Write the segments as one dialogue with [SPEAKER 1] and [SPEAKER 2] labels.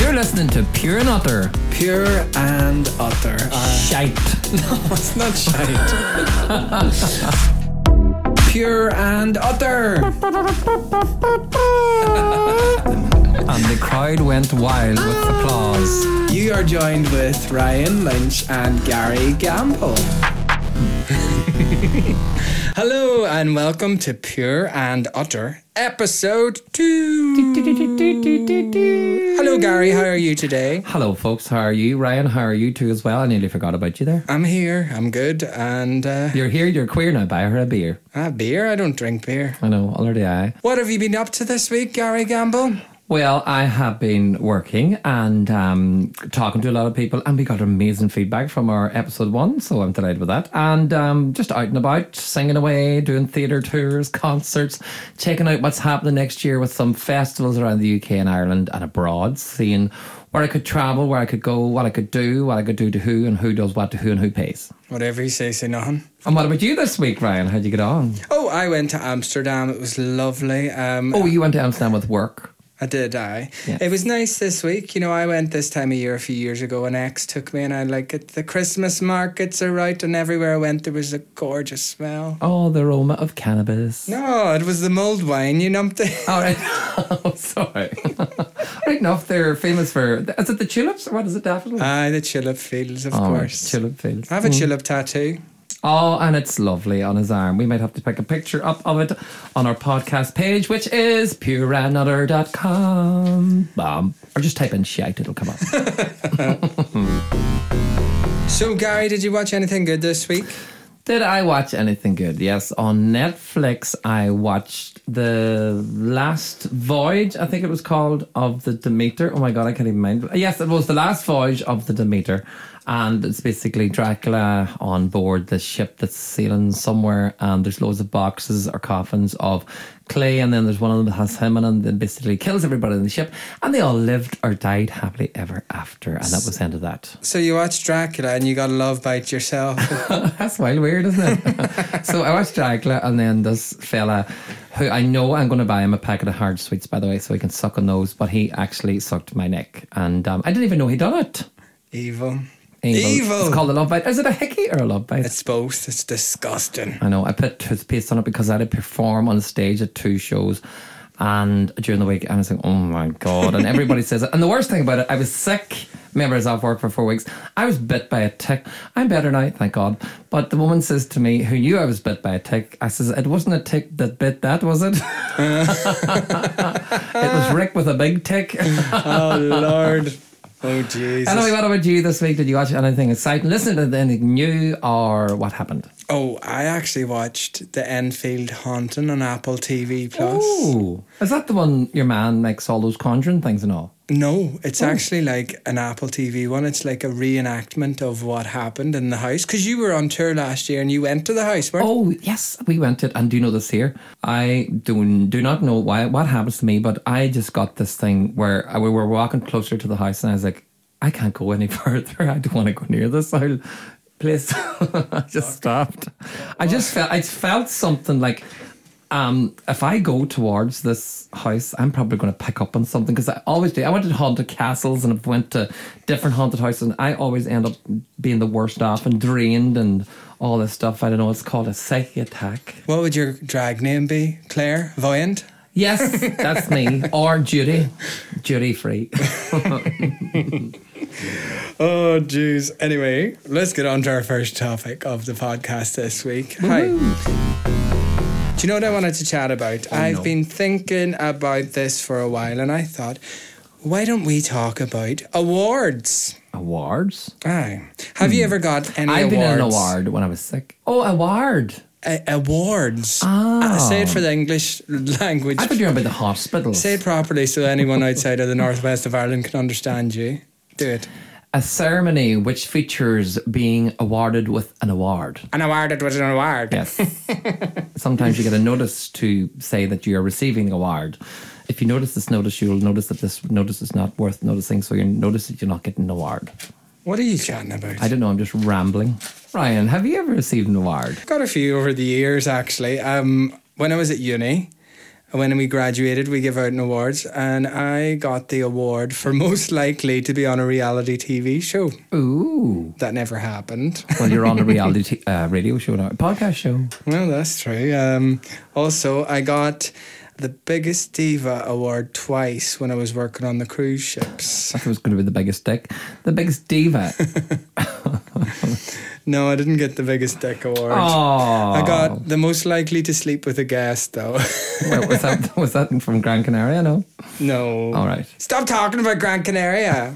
[SPEAKER 1] You're listening to Pure and Utter
[SPEAKER 2] Pure and utter. Uh,
[SPEAKER 1] Shite.
[SPEAKER 2] no, it's not shite. Pure and utter.
[SPEAKER 1] And the crowd went wild with applause.
[SPEAKER 2] You are joined with Ryan Lynch and Gary Gamble. Hello and welcome to Pure and Utter, episode two. Hello, Gary. How are you today?
[SPEAKER 1] Hello, folks. How are you? Ryan, how are you too as well? I nearly forgot about you there.
[SPEAKER 2] I'm here. I'm good. And uh,
[SPEAKER 1] You're here, you're queer now. Buy her a beer.
[SPEAKER 2] ah, beer? I don't drink beer.
[SPEAKER 1] I know, already I.
[SPEAKER 2] What have you been up to this week, Gary Gamble?
[SPEAKER 1] Well, I have been working and um, talking to a lot of people, and we got amazing feedback from our episode one, so I'm delighted with that. And um, just out and about, singing away, doing theatre tours, concerts, checking out what's happening next year with some festivals around the UK and Ireland and abroad, seeing where I could travel, where I could go, what I could do, what I could do to who, and who does what to who, and who pays.
[SPEAKER 2] Whatever you say, say nothing.
[SPEAKER 1] And what about you this week, Ryan? How'd you get on?
[SPEAKER 2] Oh, I went to Amsterdam. It was lovely. Um,
[SPEAKER 1] Oh, you went to Amsterdam with work.
[SPEAKER 2] I did, I.
[SPEAKER 1] Yeah.
[SPEAKER 2] It was nice this week. You know, I went this time of year a few years ago. An ex took me, and I like it. The Christmas markets are out, and everywhere I went, there was a gorgeous smell.
[SPEAKER 1] Oh, the aroma of cannabis.
[SPEAKER 2] No, it was the mulled wine, you numpty.
[SPEAKER 1] All right. oh, sorry. right enough, they're famous for. Is it the tulips? Or what is it, daffodils?
[SPEAKER 2] Aye, the tulip fields, of
[SPEAKER 1] Oh,
[SPEAKER 2] course.
[SPEAKER 1] Tulip Mm. fields.
[SPEAKER 2] I have a tulip tattoo.
[SPEAKER 1] Oh, and it's lovely on his arm. We might have to pick a picture up of it on our podcast page, which is pureanother.com. Bam. Or just type in shite, it'll come up.
[SPEAKER 2] So, Gary, did you watch anything good this week?
[SPEAKER 1] Did I watch anything good? Yes, on Netflix I watched the last voyage. I think it was called of the Demeter. Oh my god, I can't even mind. Yes, it was the last voyage of the Demeter, and it's basically Dracula on board the ship that's sailing somewhere, and there's loads of boxes or coffins of clay, and then there's one of them that has him, in it, and then basically kills everybody in the ship, and they all lived or died happily ever after, and that was the end of that.
[SPEAKER 2] So, you watched Dracula, and you got a love bite yourself.
[SPEAKER 1] That's wild weird, isn't it? so I watched Dracula and then this fella who I know I'm going to buy him a packet of hard sweets, by the way, so he can suck on those, but he actually sucked my neck. And um, I didn't even know he'd done it.
[SPEAKER 2] Evil.
[SPEAKER 1] It's
[SPEAKER 2] Evil.
[SPEAKER 1] called a love bite. Is it a hickey or a love bite?
[SPEAKER 2] It's both. It's disgusting.
[SPEAKER 1] I know. I put toothpaste on it because I had to perform on stage at two shows. And during the week, I was like, oh my God. And everybody says it. And the worst thing about it, I was sick. Remember, I was off work for four weeks. I was bit by a tick. I'm better now, thank God. But the woman says to me, who knew I was bit by a tick, I says, it wasn't a tick that bit that, was it? it was Rick with a big tick.
[SPEAKER 2] Oh, Lord. Oh, Jesus.
[SPEAKER 1] anyway, what about you this week? Did you watch anything exciting? Listen to anything new or what happened?
[SPEAKER 2] Oh, I actually watched the Enfield Haunting on Apple TV Plus.
[SPEAKER 1] Oh, is that the one your man makes all those conjuring things and all?
[SPEAKER 2] No, it's actually like an Apple TV one. It's like a reenactment of what happened in the house because you were on tour last year and you went to the house. Weren't
[SPEAKER 1] Oh yes, we went to it. And do you know this here? I do do not know why what happens to me, but I just got this thing where I, we were walking closer to the house, and I was like, I can't go any further. I don't want to go near this I'll, place. I just stopped. I just felt I felt something like. Um, if I go towards this house, I'm probably going to pick up on something because I always do. I went to haunted castles and I've went to different haunted houses, and I always end up being the worst off and drained and all this stuff. I don't know. It's called a psyche attack.
[SPEAKER 2] What would your drag name be? Claire? Voyant?
[SPEAKER 1] Yes, that's me. Or Judy, Judy free.
[SPEAKER 2] Oh, jeez. Anyway, let's get on to our first topic of the podcast this week. Hi. Do you know what I wanted to chat about? I've
[SPEAKER 1] Oh, no.
[SPEAKER 2] been thinking about this for a while and I thought, why don't we talk about awards?
[SPEAKER 1] Awards.
[SPEAKER 2] Aye. Have you ever got any
[SPEAKER 1] Hmm. I've
[SPEAKER 2] awards?
[SPEAKER 1] been in an award when I was sick. Oh, award.
[SPEAKER 2] A- awards.
[SPEAKER 1] Ah.
[SPEAKER 2] Uh, say it for the English language.
[SPEAKER 1] I thought you were about the hospital.
[SPEAKER 2] Say it properly so anyone outside of the northwest of Ireland can understand you. Do it.
[SPEAKER 1] A ceremony which features being awarded with an award.
[SPEAKER 2] An award, it was an award.
[SPEAKER 1] Yes. Sometimes you get a notice to say that you are receiving an award. If you notice this notice, you'll notice that this notice is not worth noticing, so you notice that you're not getting an award.
[SPEAKER 2] What are you chatting about?
[SPEAKER 1] I don't know, I'm just rambling. Ryan, have you ever received an award?
[SPEAKER 2] Got a few over the years, actually. Um, when I was at uni, And when we graduated, we give out an awards, and I got the award for most likely to be on a reality TV show.
[SPEAKER 1] Ooh.
[SPEAKER 2] That never happened.
[SPEAKER 1] Well, you're on a reality t- uh, radio show now, podcast show.
[SPEAKER 2] Well, that's true. Um, also, I got the biggest diva award twice when I was working on the cruise ships.
[SPEAKER 1] I thought it was going to be the biggest dick, the biggest diva.
[SPEAKER 2] No, I didn't get the biggest dick award.
[SPEAKER 1] Oh,
[SPEAKER 2] I got the most likely to sleep with a guest, though.
[SPEAKER 1] was that was that from Gran Canaria? No.
[SPEAKER 2] no.
[SPEAKER 1] All right.
[SPEAKER 2] Stop talking about Gran Canaria.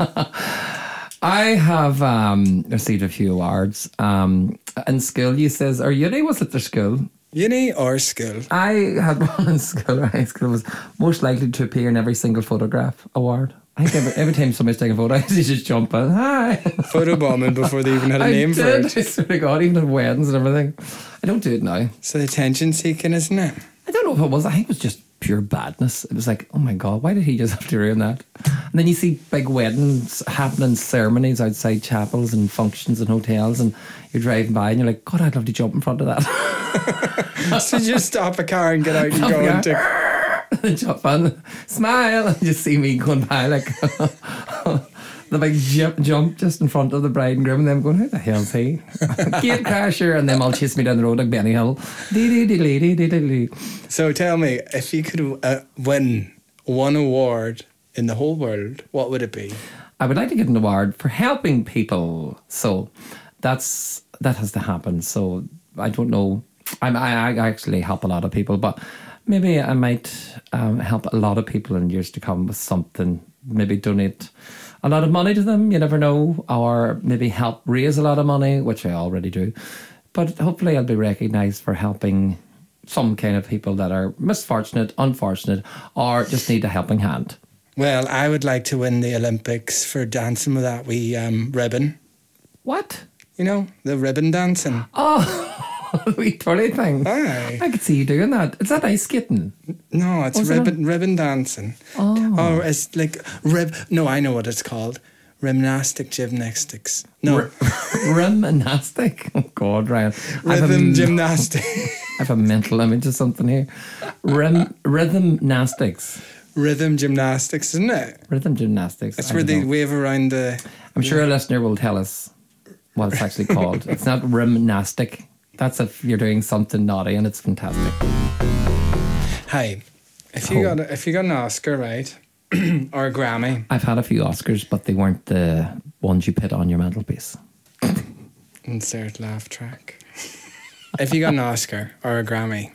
[SPEAKER 1] I have um, received a few awards. Um, in school, you says, or uni was at the school.
[SPEAKER 2] Uni or school?
[SPEAKER 1] I had one in school. or High school was most likely to appear in every single photograph award. I think every, every time somebody's taking a photo, I just jump in. Hi.
[SPEAKER 2] Photo bombing before they even had a
[SPEAKER 1] I
[SPEAKER 2] name for
[SPEAKER 1] did.
[SPEAKER 2] it.
[SPEAKER 1] I swear to God, even at weddings and everything. I don't do it now.
[SPEAKER 2] So attention seeking, isn't it?
[SPEAKER 1] I don't know if it was. I think it was just pure badness. It was like, oh my god, why did he just have to ruin that? And then you see big weddings happening, ceremonies outside chapels and functions and hotels, and you're driving by and you're like, God, I'd love to jump in front of that.
[SPEAKER 2] So just stop a car and get out and go into.
[SPEAKER 1] jump on, smile, and just see me going by like the big jump, jump just in front of the bride and groom, and them going, who the hell's he? Gate crasher, and them all chase me down the road like Benny Hill. Dee dee dee dee dee dee dee. dee.
[SPEAKER 2] So tell me, if you could uh, win one award in the whole world, what would it be?
[SPEAKER 1] I would like to get an award for helping people. So that's that has to happen. So I don't know. I'm, I, I actually help a lot of people, but maybe I might um, help a lot of people in years to come with something. Maybe donate a lot of money to them. You never know, or maybe help raise a lot of money, which I already do. But hopefully, I'll be recognised for helping some kind of people that are misfortunate, unfortunate, or just need a helping hand.
[SPEAKER 2] Well, I would like to win the Olympics for dancing with that wee um, ribbon.
[SPEAKER 1] What?
[SPEAKER 2] You know, the ribbon dancing.
[SPEAKER 1] Oh, the wee trolley thing.
[SPEAKER 2] Aye.
[SPEAKER 1] I could see you doing that. Is that ice skating?
[SPEAKER 2] No, it's
[SPEAKER 1] Was it
[SPEAKER 2] ribbon ribbon dancing.
[SPEAKER 1] Oh.
[SPEAKER 2] Or it's like rib. No, I know what it's called. Gymnastic gymnastics. No,
[SPEAKER 1] Gymnastic. Oh God, Ryan. I have, a,
[SPEAKER 2] rhythm
[SPEAKER 1] m-
[SPEAKER 2] gymnastics.
[SPEAKER 1] I have a mental image of something here. Rhythm, rhythm gymnastics.
[SPEAKER 2] rhythm gymnastics, isn't it?
[SPEAKER 1] Rhythm gymnastics.
[SPEAKER 2] That's
[SPEAKER 1] I
[SPEAKER 2] where
[SPEAKER 1] don't
[SPEAKER 2] they
[SPEAKER 1] know.
[SPEAKER 2] wave around the.
[SPEAKER 1] I'm sure a listener will tell us what it's actually called. it's not gymnastic. That's if you're doing something naughty, and it's fantastic.
[SPEAKER 2] Hi, if you
[SPEAKER 1] Oh.
[SPEAKER 2] got a, if you got an Oscar, right, or a Grammy,
[SPEAKER 1] I've had a few Oscars, but they weren't the ones you put on your mantelpiece.
[SPEAKER 2] insert laugh track. if you got an Oscar or a Grammy,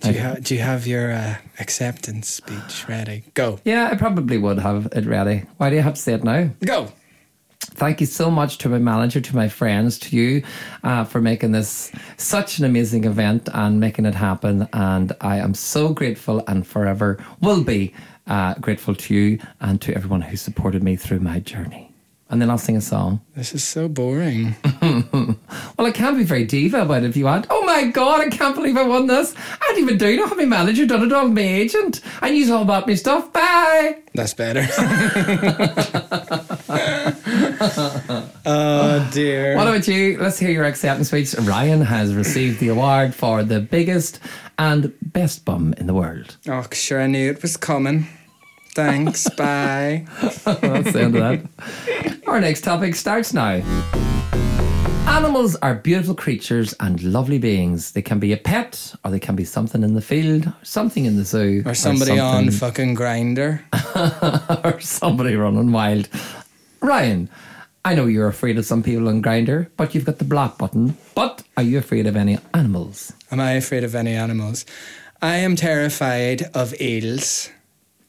[SPEAKER 2] do you, ha- do you have your uh, acceptance speech ready? Go,
[SPEAKER 1] Yeah, I probably would have it ready. Why do you have to say it now?
[SPEAKER 2] go.
[SPEAKER 1] Thank you so much to my manager, to my friends, to you uh, for making this such an amazing event and making it happen. And I am so grateful and forever will be uh, grateful to you and to everyone who supported me through my journey. And then I'll sing a song.
[SPEAKER 2] This is so boring.
[SPEAKER 1] Well, I can't be very diva about it if you want. Oh my God, I can't believe I won this. I didn't even do it. I had my manager done it all, my agent. I knew all about my stuff. Bye.
[SPEAKER 2] That's better. oh dear.
[SPEAKER 1] What about you? Let's hear your acceptance speech. Ryan has received the award for the biggest and best bum in the world.
[SPEAKER 2] Oh, sure, I knew it was coming. Thanks. bye.
[SPEAKER 1] Oh, That's the end of that. Our next topic starts now. Animals are beautiful creatures and lovely beings. They can be a pet, or they can be something in the field, something in the zoo,
[SPEAKER 2] Or somebody on
[SPEAKER 1] something-
[SPEAKER 2] fucking grinder.
[SPEAKER 1] or somebody running wild. Ryan, I know you're afraid of some people on Grinder, but you've got the block button. But are you afraid of any animals?
[SPEAKER 2] Am I afraid of any animals? I am terrified of eels.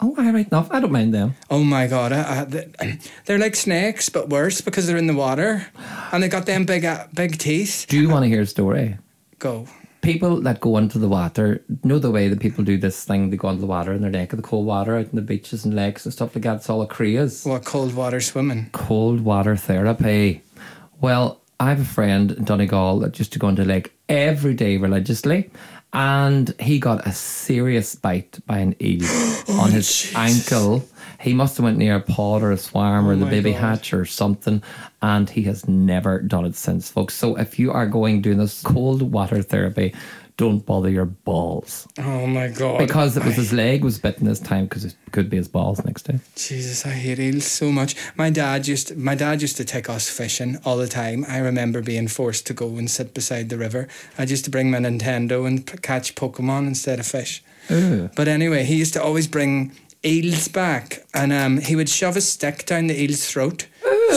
[SPEAKER 1] Oh, I right enough. I don't mind them.
[SPEAKER 2] Oh my god, I, I, th- they're like snakes but worse because they're in the water and they got them big uh, big teeth.
[SPEAKER 1] Do you want to hear a story?
[SPEAKER 2] Go.
[SPEAKER 1] People that go into the water know the way that people do this thing. They go into the water in their neck of the cold water out in the beaches and lakes and stuff like that. It's all a craze.
[SPEAKER 2] What cold water swimming?
[SPEAKER 1] Cold water therapy. Well, I have a friend in Donegal that used to go into the lake every day religiously, and he got a serious bite by an eel on his
[SPEAKER 2] Oh, Jesus.
[SPEAKER 1] ankle. He must have went near a pod or a swarm or the
[SPEAKER 2] Oh my
[SPEAKER 1] baby
[SPEAKER 2] God.
[SPEAKER 1] hatch or something, and he has never done it since, folks. So if you are going doing this cold water therapy, don't bother your balls
[SPEAKER 2] Oh my god.
[SPEAKER 1] because it was
[SPEAKER 2] I-
[SPEAKER 1] his leg was bitten this time because it could be his balls next day.
[SPEAKER 2] Jesus, I hate eels so much. My dad used my dad used to take us fishing all the time. I remember being forced to go and sit beside the river. I used to bring my Nintendo and p- catch Pokemon instead of fish.
[SPEAKER 1] Ooh.
[SPEAKER 2] But anyway, he used to always bring eels back, and um, he would shove a stick down the eel's throat,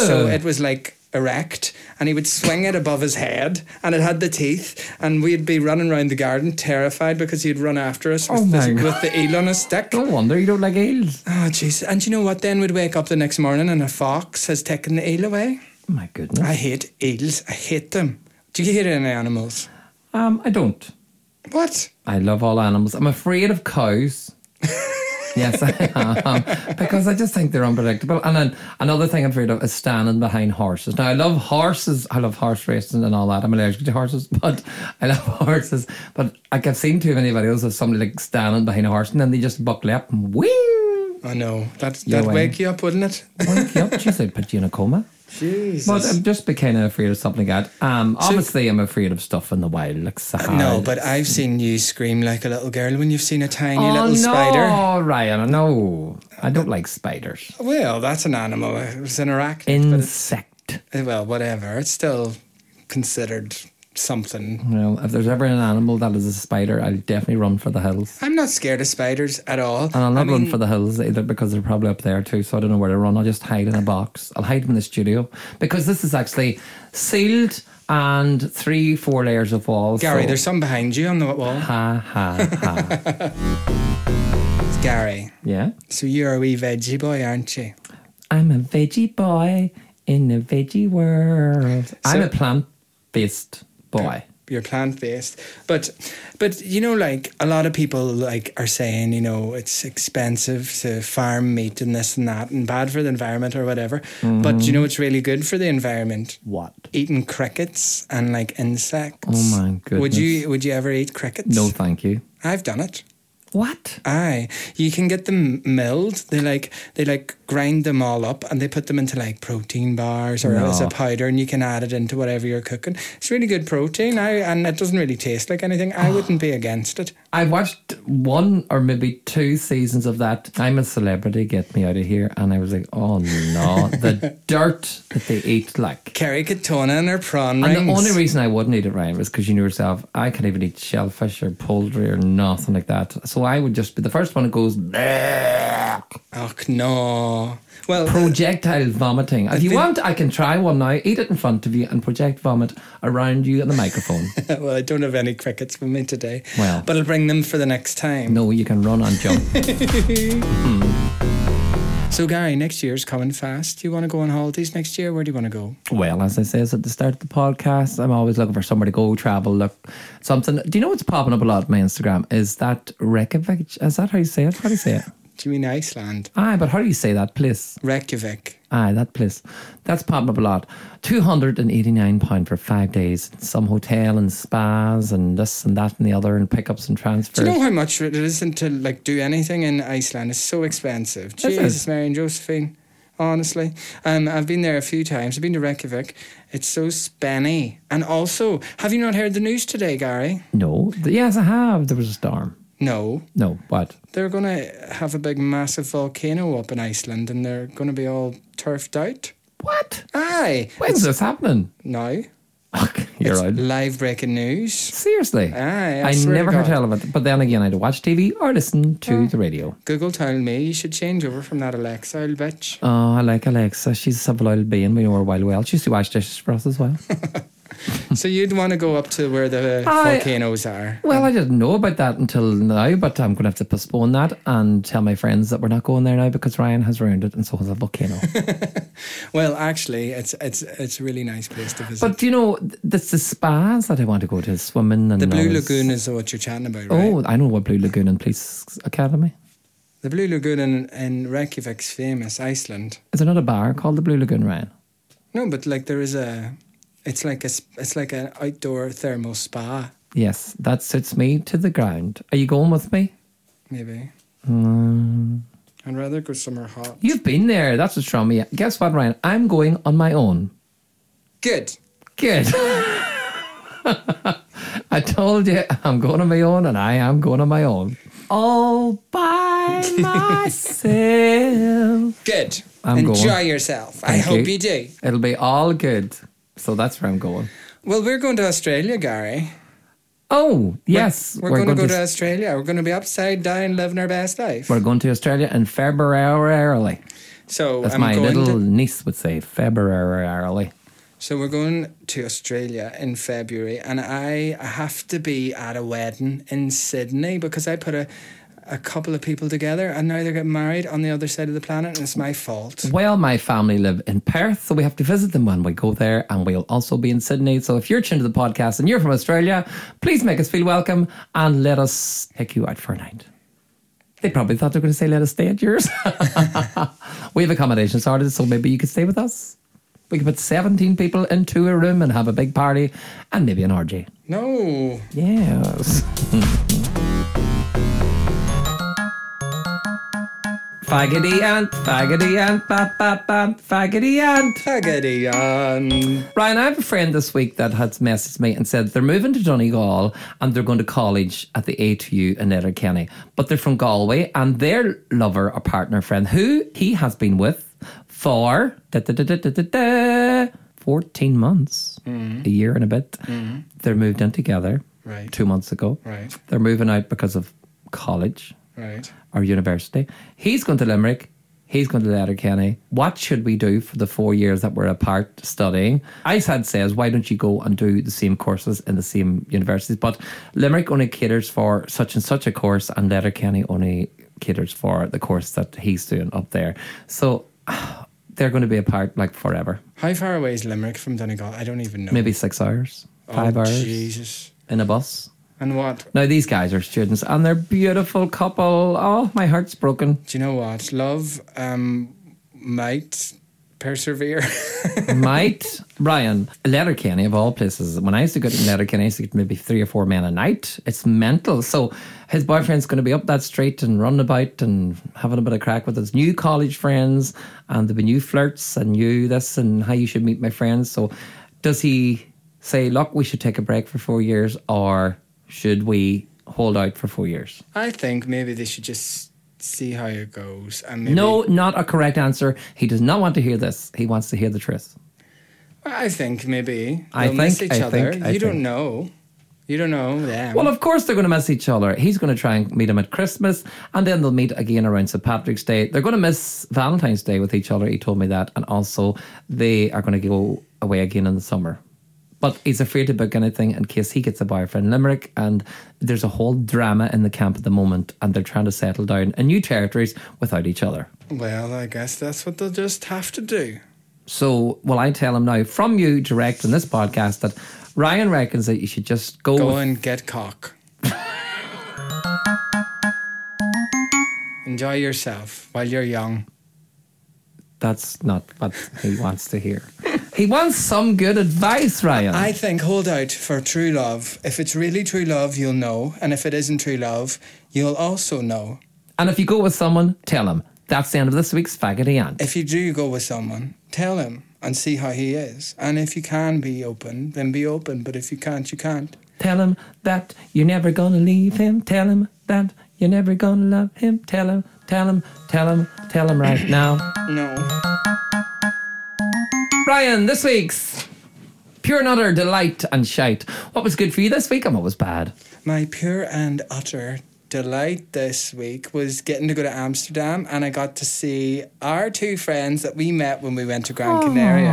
[SPEAKER 2] so it was like erect, and he would swing it above his head, and it had the teeth, and we'd be running around the garden terrified because he'd run after us with,
[SPEAKER 1] Oh
[SPEAKER 2] the,
[SPEAKER 1] my God.
[SPEAKER 2] with the eel on a stick.
[SPEAKER 1] No wonder you don't like eels.
[SPEAKER 2] Oh, jeez. And you know what? Then we'd wake up the next morning and a fox has taken the eel away.
[SPEAKER 1] Oh My goodness.
[SPEAKER 2] I hate eels. I hate them. Do you hate any animals?
[SPEAKER 1] um, I don't.
[SPEAKER 2] What?
[SPEAKER 1] I love all animals. I'm afraid of cows. yes, I am because I just think they're unpredictable. And then another thing I'm afraid of is standing behind horses. Now I love horses. I love horse racing and all that. I'm allergic to horses, but I love horses. But like I've seen too many videos of somebody like standing behind a horse and then they just buckle up and whee.
[SPEAKER 2] I know. That,
[SPEAKER 1] Yeah,
[SPEAKER 2] that'd
[SPEAKER 1] well.
[SPEAKER 2] wake you up, wouldn't it?
[SPEAKER 1] Wake you up. Jeez, I'd put you in a coma.
[SPEAKER 2] Jesus.
[SPEAKER 1] But I'm just be kind of afraid of something like that. Um, obviously, I'm afraid of stuff in the wild, like Sahara.
[SPEAKER 2] no, but I've seen you scream like a little girl when you've seen a tiny
[SPEAKER 1] oh
[SPEAKER 2] little
[SPEAKER 1] no,
[SPEAKER 2] spider.
[SPEAKER 1] Ryan, no, I don't like spiders.
[SPEAKER 2] Well, that's an animal. It was an arachnid.
[SPEAKER 1] insect.
[SPEAKER 2] Eh, well, whatever. It's still considered something.
[SPEAKER 1] Well, if there's ever an animal that is a spider, I'll definitely run for the hills.
[SPEAKER 2] I'm not scared of spiders at all.
[SPEAKER 1] And I'll not run for the hills either because they're probably up there too, so I don't know where to run. I'll just hide in a box. I'll hide in the studio because this is actually sealed and three, four layers of walls.
[SPEAKER 2] Gary,
[SPEAKER 1] so-
[SPEAKER 2] there's some behind you on the wall.
[SPEAKER 1] Ha ha ha.
[SPEAKER 2] Gary,
[SPEAKER 1] yeah.
[SPEAKER 2] so you're a wee veggie boy, aren't you?
[SPEAKER 1] I'm a veggie boy in a veggie world. I'm
[SPEAKER 2] So-
[SPEAKER 1] a plant based boy.
[SPEAKER 2] you're plant based. But but you know, like a lot of people like are saying, you know, it's expensive to farm meat and this and that and bad for the environment or whatever. But you know it's really good for the environment?
[SPEAKER 1] What?
[SPEAKER 2] Eating crickets and like insects.
[SPEAKER 1] Oh my
[SPEAKER 2] Would
[SPEAKER 1] goodness.
[SPEAKER 2] you would you ever eat crickets?
[SPEAKER 1] No, thank you.
[SPEAKER 2] I've done it.
[SPEAKER 1] What?
[SPEAKER 2] Aye, you can get them milled. They like they like grind them all up and they put them into like protein bars or as a
[SPEAKER 1] No.
[SPEAKER 2] powder, and you can add it into whatever you're cooking. It's really good protein. I and it doesn't really taste like anything. I wouldn't be against it.
[SPEAKER 1] I watched one or maybe two seasons of that. I'm a celebrity, get me out of here. And I was like, oh no, the dirt that they eat, like.
[SPEAKER 2] Kerry Katona and her prawn
[SPEAKER 1] And
[SPEAKER 2] rings.
[SPEAKER 1] the only reason I wouldn't eat it, Ryan, was because you knew yourself, I can't even eat shellfish or poultry or nothing like that. So I would just be the first one that goes, "Bleh."
[SPEAKER 2] Och, no. Well,
[SPEAKER 1] projectile vomiting. If you
[SPEAKER 2] think-
[SPEAKER 1] want, I can try one now. Eat it in front of you and project vomit around you at the microphone.
[SPEAKER 2] well, I don't have any crickets with me today.
[SPEAKER 1] Well.
[SPEAKER 2] but I'll bring them for the next time.
[SPEAKER 1] no, you can run and jump.
[SPEAKER 2] So, Gary, next year's coming fast. Do you want to go on holidays next year? Where do you want to go?
[SPEAKER 1] Well, as I says at the start of the podcast, I'm always looking for somewhere to go, travel, look something. Do you know what's popping up a lot on my Instagram? Is that Reykjavik? Is that how you say it? How do you say it?
[SPEAKER 2] Do you mean Iceland?
[SPEAKER 1] Aye, but how do you say that place?
[SPEAKER 2] Reykjavik.
[SPEAKER 1] Aye, that place. That's popping up a lot. £289 for five days. Some hotel and spas and this and that and the other and pickups and transfers.
[SPEAKER 2] Do you know how much it is to like do anything in Iceland? It's so expensive.
[SPEAKER 1] it?
[SPEAKER 2] Jesus, Mary and Josephine. Honestly, um, I've been there a few times. I've been to Reykjavik. It's so spenny. And also, have you not heard the news today, Gary?
[SPEAKER 1] no. Th- Yes, I have. There was a storm.
[SPEAKER 2] No,
[SPEAKER 1] No, what?
[SPEAKER 2] they're going to have a big, massive volcano up in Iceland, and they're going to be all turfed out.
[SPEAKER 1] What?
[SPEAKER 2] Aye,
[SPEAKER 1] When's this happening?
[SPEAKER 2] now
[SPEAKER 1] You're
[SPEAKER 2] it's
[SPEAKER 1] out.
[SPEAKER 2] live breaking news.
[SPEAKER 1] Seriously.
[SPEAKER 2] Aye, I
[SPEAKER 1] I
[SPEAKER 2] Ah, swear to
[SPEAKER 1] never heard
[SPEAKER 2] God. Ah.
[SPEAKER 1] tell of it. But then again, I'd watch TV or listen to the radio.
[SPEAKER 2] Google told me you should change over from that Alexa, I'll bet. you.
[SPEAKER 1] Oh, I like Alexa. She's a civil oil being. We know her well well. She used to wash dishes for us as well.
[SPEAKER 2] so you'd want to go up to where the
[SPEAKER 1] Aye.
[SPEAKER 2] volcanoes are.
[SPEAKER 1] well, I didn't know about that until now, but I'm going to have to postpone that and tell my friends that we're not going there now because Ryan has ruined it and so has a volcano.
[SPEAKER 2] Well, actually, it's it's it's a really nice place to visit.
[SPEAKER 1] but do you know, th- that's the spas that I want to go to, swimming and
[SPEAKER 2] the Blue
[SPEAKER 1] all this.
[SPEAKER 2] Lagoon is what you're chatting about, right?
[SPEAKER 1] Oh, I know what Blue Lagoon and Police Academy.
[SPEAKER 2] The Blue Lagoon in, in Reykjavik's famous, Iceland.
[SPEAKER 1] Is there not a bar called the Blue Lagoon, Ryan?
[SPEAKER 2] No, but like there is a, it's like a s- it's like an outdoor thermal spa,
[SPEAKER 1] Yes, that suits me to the ground. Are you going with me?
[SPEAKER 2] maybe.
[SPEAKER 1] Mm.
[SPEAKER 2] I'd rather go somewhere hot.
[SPEAKER 1] You've been there. That's what's wrong with you. Guess what, Ryan? I'm going on my own.
[SPEAKER 2] Good.
[SPEAKER 1] Good. I told you I'm going on my own, and I am going on my own. All by myself.
[SPEAKER 2] Good.
[SPEAKER 1] I'm
[SPEAKER 2] Enjoy
[SPEAKER 1] going.
[SPEAKER 2] yourself. I
[SPEAKER 1] Thank
[SPEAKER 2] hope
[SPEAKER 1] you.
[SPEAKER 2] you do.
[SPEAKER 1] It'll be all good. So that's where I'm going.
[SPEAKER 2] Well, we're going to Australia, Gary.
[SPEAKER 1] Oh yes,
[SPEAKER 2] We're, going, to go to Australia. We're going to be upside down living our best life.
[SPEAKER 1] we're going to Australia in February.
[SPEAKER 2] So
[SPEAKER 1] As
[SPEAKER 2] I'm
[SPEAKER 1] my
[SPEAKER 2] going
[SPEAKER 1] little
[SPEAKER 2] to,
[SPEAKER 1] niece would say, February.
[SPEAKER 2] So we're going to Australia in February, and I have to be at a wedding in Sydney because I put a, a couple of people together, and now they're getting married on the other side of the planet, and it's my fault.
[SPEAKER 1] Well, my family live in Perth, so we have to visit them when we go there, and we'll also be in Sydney. So if you're tuned to the podcast and you're from Australia, please make us feel welcome and let us take you out for a night. They probably thought they were going to say, let us stay at yours. we have accommodation sorted, so maybe you could stay with us. We could put 17 people into a room and have a big party and maybe an orgy.
[SPEAKER 2] No,
[SPEAKER 1] Yes. Faggoty ant, faggoty ant, ba ba ba, faggoty ant.
[SPEAKER 2] Taggedy on.
[SPEAKER 1] Ryan, I have a friend this week that has messaged me and said they're moving to Donegal and they're going to college at the A2U in Letterkenny, but they're from Galway and their lover or partner friend, who he has been with for da, da, da, da, da, da, da, 14 months, a year and a bit, they're moved in together
[SPEAKER 2] Right.
[SPEAKER 1] two months ago.
[SPEAKER 2] Right.
[SPEAKER 1] They're moving out because of college
[SPEAKER 2] Right.
[SPEAKER 1] or university. He's going to Limerick. He's going to Letterkenny. What should we do for the four years that we're apart studying? ISAD says, why don't you go and do the same courses in the same universities? But Limerick only caters for such and such a course, and Letterkenny only caters for the course that he's doing up there. So they're going to be apart like forever.
[SPEAKER 2] How far away is Limerick from Donegal? I don't even know.
[SPEAKER 1] Maybe six hours, five
[SPEAKER 2] oh,
[SPEAKER 1] hours
[SPEAKER 2] Jesus.
[SPEAKER 1] in a bus.
[SPEAKER 2] And what?
[SPEAKER 1] Now, these guys are students and they're beautiful couple. Oh, my heart's broken.
[SPEAKER 2] Do you know what? Love um, might persevere.
[SPEAKER 1] might Ryan Letterkenny of all places. When I used to go to Letterkenny, I used to get maybe three or four men a night. It's mental. So his boyfriend's going to be up that street and running about and having a bit of crack with his new college friends, and there'll be new flirts and new this and how you should meet my friends. So does he say, "Look, we should take a break for four years," or should we hold out for four years?
[SPEAKER 2] I think maybe they should just see how it goes. And maybe,
[SPEAKER 1] No, not a correct answer. He does not want to hear this. He wants to hear the truth.
[SPEAKER 2] I think maybe
[SPEAKER 1] I
[SPEAKER 2] they'll miss
[SPEAKER 1] think-
[SPEAKER 2] each
[SPEAKER 1] I
[SPEAKER 2] other.
[SPEAKER 1] think- I
[SPEAKER 2] you don't
[SPEAKER 1] think.
[SPEAKER 2] know. You don't know them.
[SPEAKER 1] Well, of course they're going to miss each other. He's going to try and meet him at Christmas, and then they'll meet again around St Patrick's Day. They're going to miss Valentine's Day with each other. He told me that, and also they are going to go away again in the summer. But he's afraid to book anything in case he gets a boyfriend in Limerick, and there's a whole drama in the camp at the moment, and they're trying to settle down in new territories without each other.
[SPEAKER 2] well, I guess that's what they'll just have to do.
[SPEAKER 1] So, will I tell him now from you direct in this podcast that Ryan reckons that you should just go,
[SPEAKER 2] Go
[SPEAKER 1] with
[SPEAKER 2] and get cock. Enjoy yourself while you're young.
[SPEAKER 1] That's not what he wants to hear. He wants some good advice, Ryan.
[SPEAKER 2] I think hold out for true love. If it's really true love, you'll know. And if it isn't true love, you'll also know.
[SPEAKER 1] and if you go with someone, tell him. That's the end of this week's Faggoty Ant.
[SPEAKER 2] If you do go with someone, tell him and see how he is. And if you can be open, then be open. But if you can't, you can't.
[SPEAKER 1] Tell him that you're never gonna leave him. Tell him that you're never gonna love him. Tell him, tell him, tell him, tell him right now.
[SPEAKER 2] No.
[SPEAKER 1] Ryan, this week's pure and utter delight and shite. What was good for you this week and what was bad?
[SPEAKER 2] My pure and utter delight this week was getting to go to Amsterdam and I got to see our two friends that we met when we went to Gran Canaria,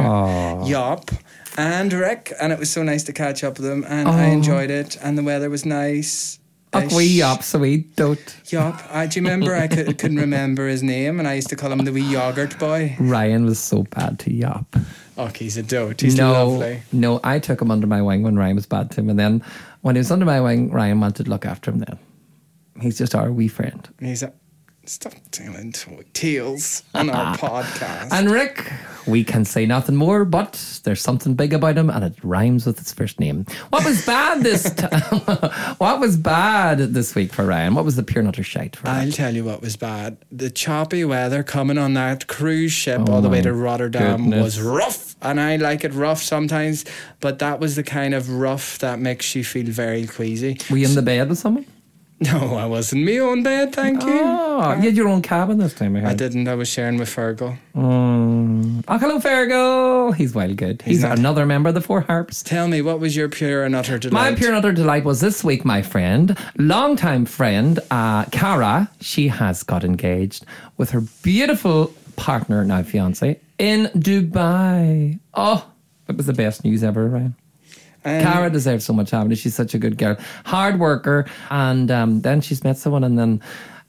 [SPEAKER 2] Yop and Rick. And it was so nice to catch up with them and I enjoyed it and the weather was nice.
[SPEAKER 1] Up wee up, so we don't.
[SPEAKER 2] Yop. I, do you remember? I could, couldn't remember his name and I used to call him the wee yogurt boy.
[SPEAKER 1] Ryan was so bad to yap.
[SPEAKER 2] Oh, he's a dote. He's
[SPEAKER 1] no,
[SPEAKER 2] lovely.
[SPEAKER 1] No, I took him under my wing when Ryan was bad to him. And then when he was under my wing, Ryan wanted to look after him then. He's just our wee friend.
[SPEAKER 2] He's a... Stop telling toy tales on our podcast.
[SPEAKER 1] And Rick We can say nothing more, but there's something big about him, and it rhymes with his first name. What was bad this time? what was bad this week for Ryan? What was the pure and utter shite for Ryan?
[SPEAKER 2] I'll tell you what was bad. The choppy weather coming on that cruise ship all the way to Rotterdam
[SPEAKER 1] Oh goodness.
[SPEAKER 2] was rough. And I like it rough sometimes, but that was the kind of rough that makes you feel very queasy.
[SPEAKER 1] Were you in the bed with someone?
[SPEAKER 2] No, I was in my own bed, thank you.
[SPEAKER 1] Oh, you had your own cabin this time. I
[SPEAKER 2] Mm. I
[SPEAKER 1] heard.
[SPEAKER 2] didn't. I was sharing with Fergal.
[SPEAKER 1] Mm. Oh, hello, Fergal. He's well good. He's,
[SPEAKER 2] not.
[SPEAKER 1] another member of the Four Harps.
[SPEAKER 2] Tell me, what was your pure and utter delight?
[SPEAKER 1] My pure and utter delight was this week, my friend, longtime friend, uh, Cara. She has got engaged with her beautiful partner, now fiance, in Dubai. Oh, that was the best news ever, Ryan.
[SPEAKER 2] Um,
[SPEAKER 1] Cara deserves so much happiness. She's such a good girl, hard worker, and um, then she's met someone, and then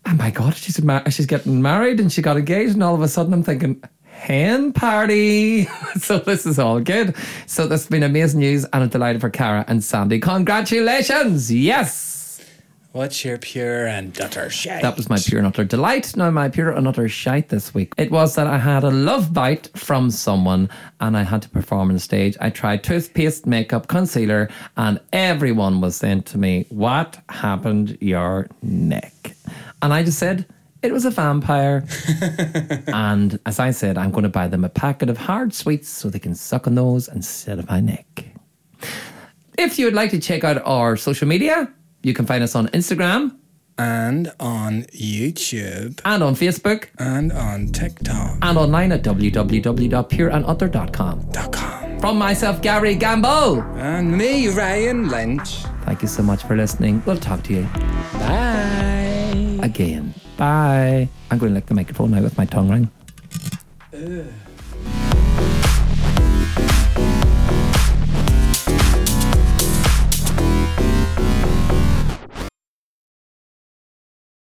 [SPEAKER 1] oh my god, she's ma- she's getting married, and she got engaged, and all of a sudden I'm thinking. Hen party. so this is all good. So this has been amazing news and I'm delighted for Cara and Sandy. Congratulations. Yes.
[SPEAKER 2] What's your pure and utter shite?
[SPEAKER 1] That was my pure and utter delight. Now my pure and utter shite this week. It was that I had a love bite from someone and I had to perform on stage. I tried toothpaste, makeup, concealer, and everyone was saying to me, What happened your neck? And I just said, It was a vampire. and as I said, I'm going to buy them a packet of hard sweets so they can suck on those instead of my neck. If you would like to check out our social media, you can find us on Instagram
[SPEAKER 2] and on YouTube
[SPEAKER 1] and on Facebook
[SPEAKER 2] and on TikTok.com.
[SPEAKER 1] and online at www.pureandutter.com. From myself, Gary Gamble,
[SPEAKER 2] And me, Ryan Lynch.
[SPEAKER 1] thank you so much for listening. We'll talk to you
[SPEAKER 2] Bye.
[SPEAKER 1] again. Bye. I'm going to lick the microphone now with my tongue ring.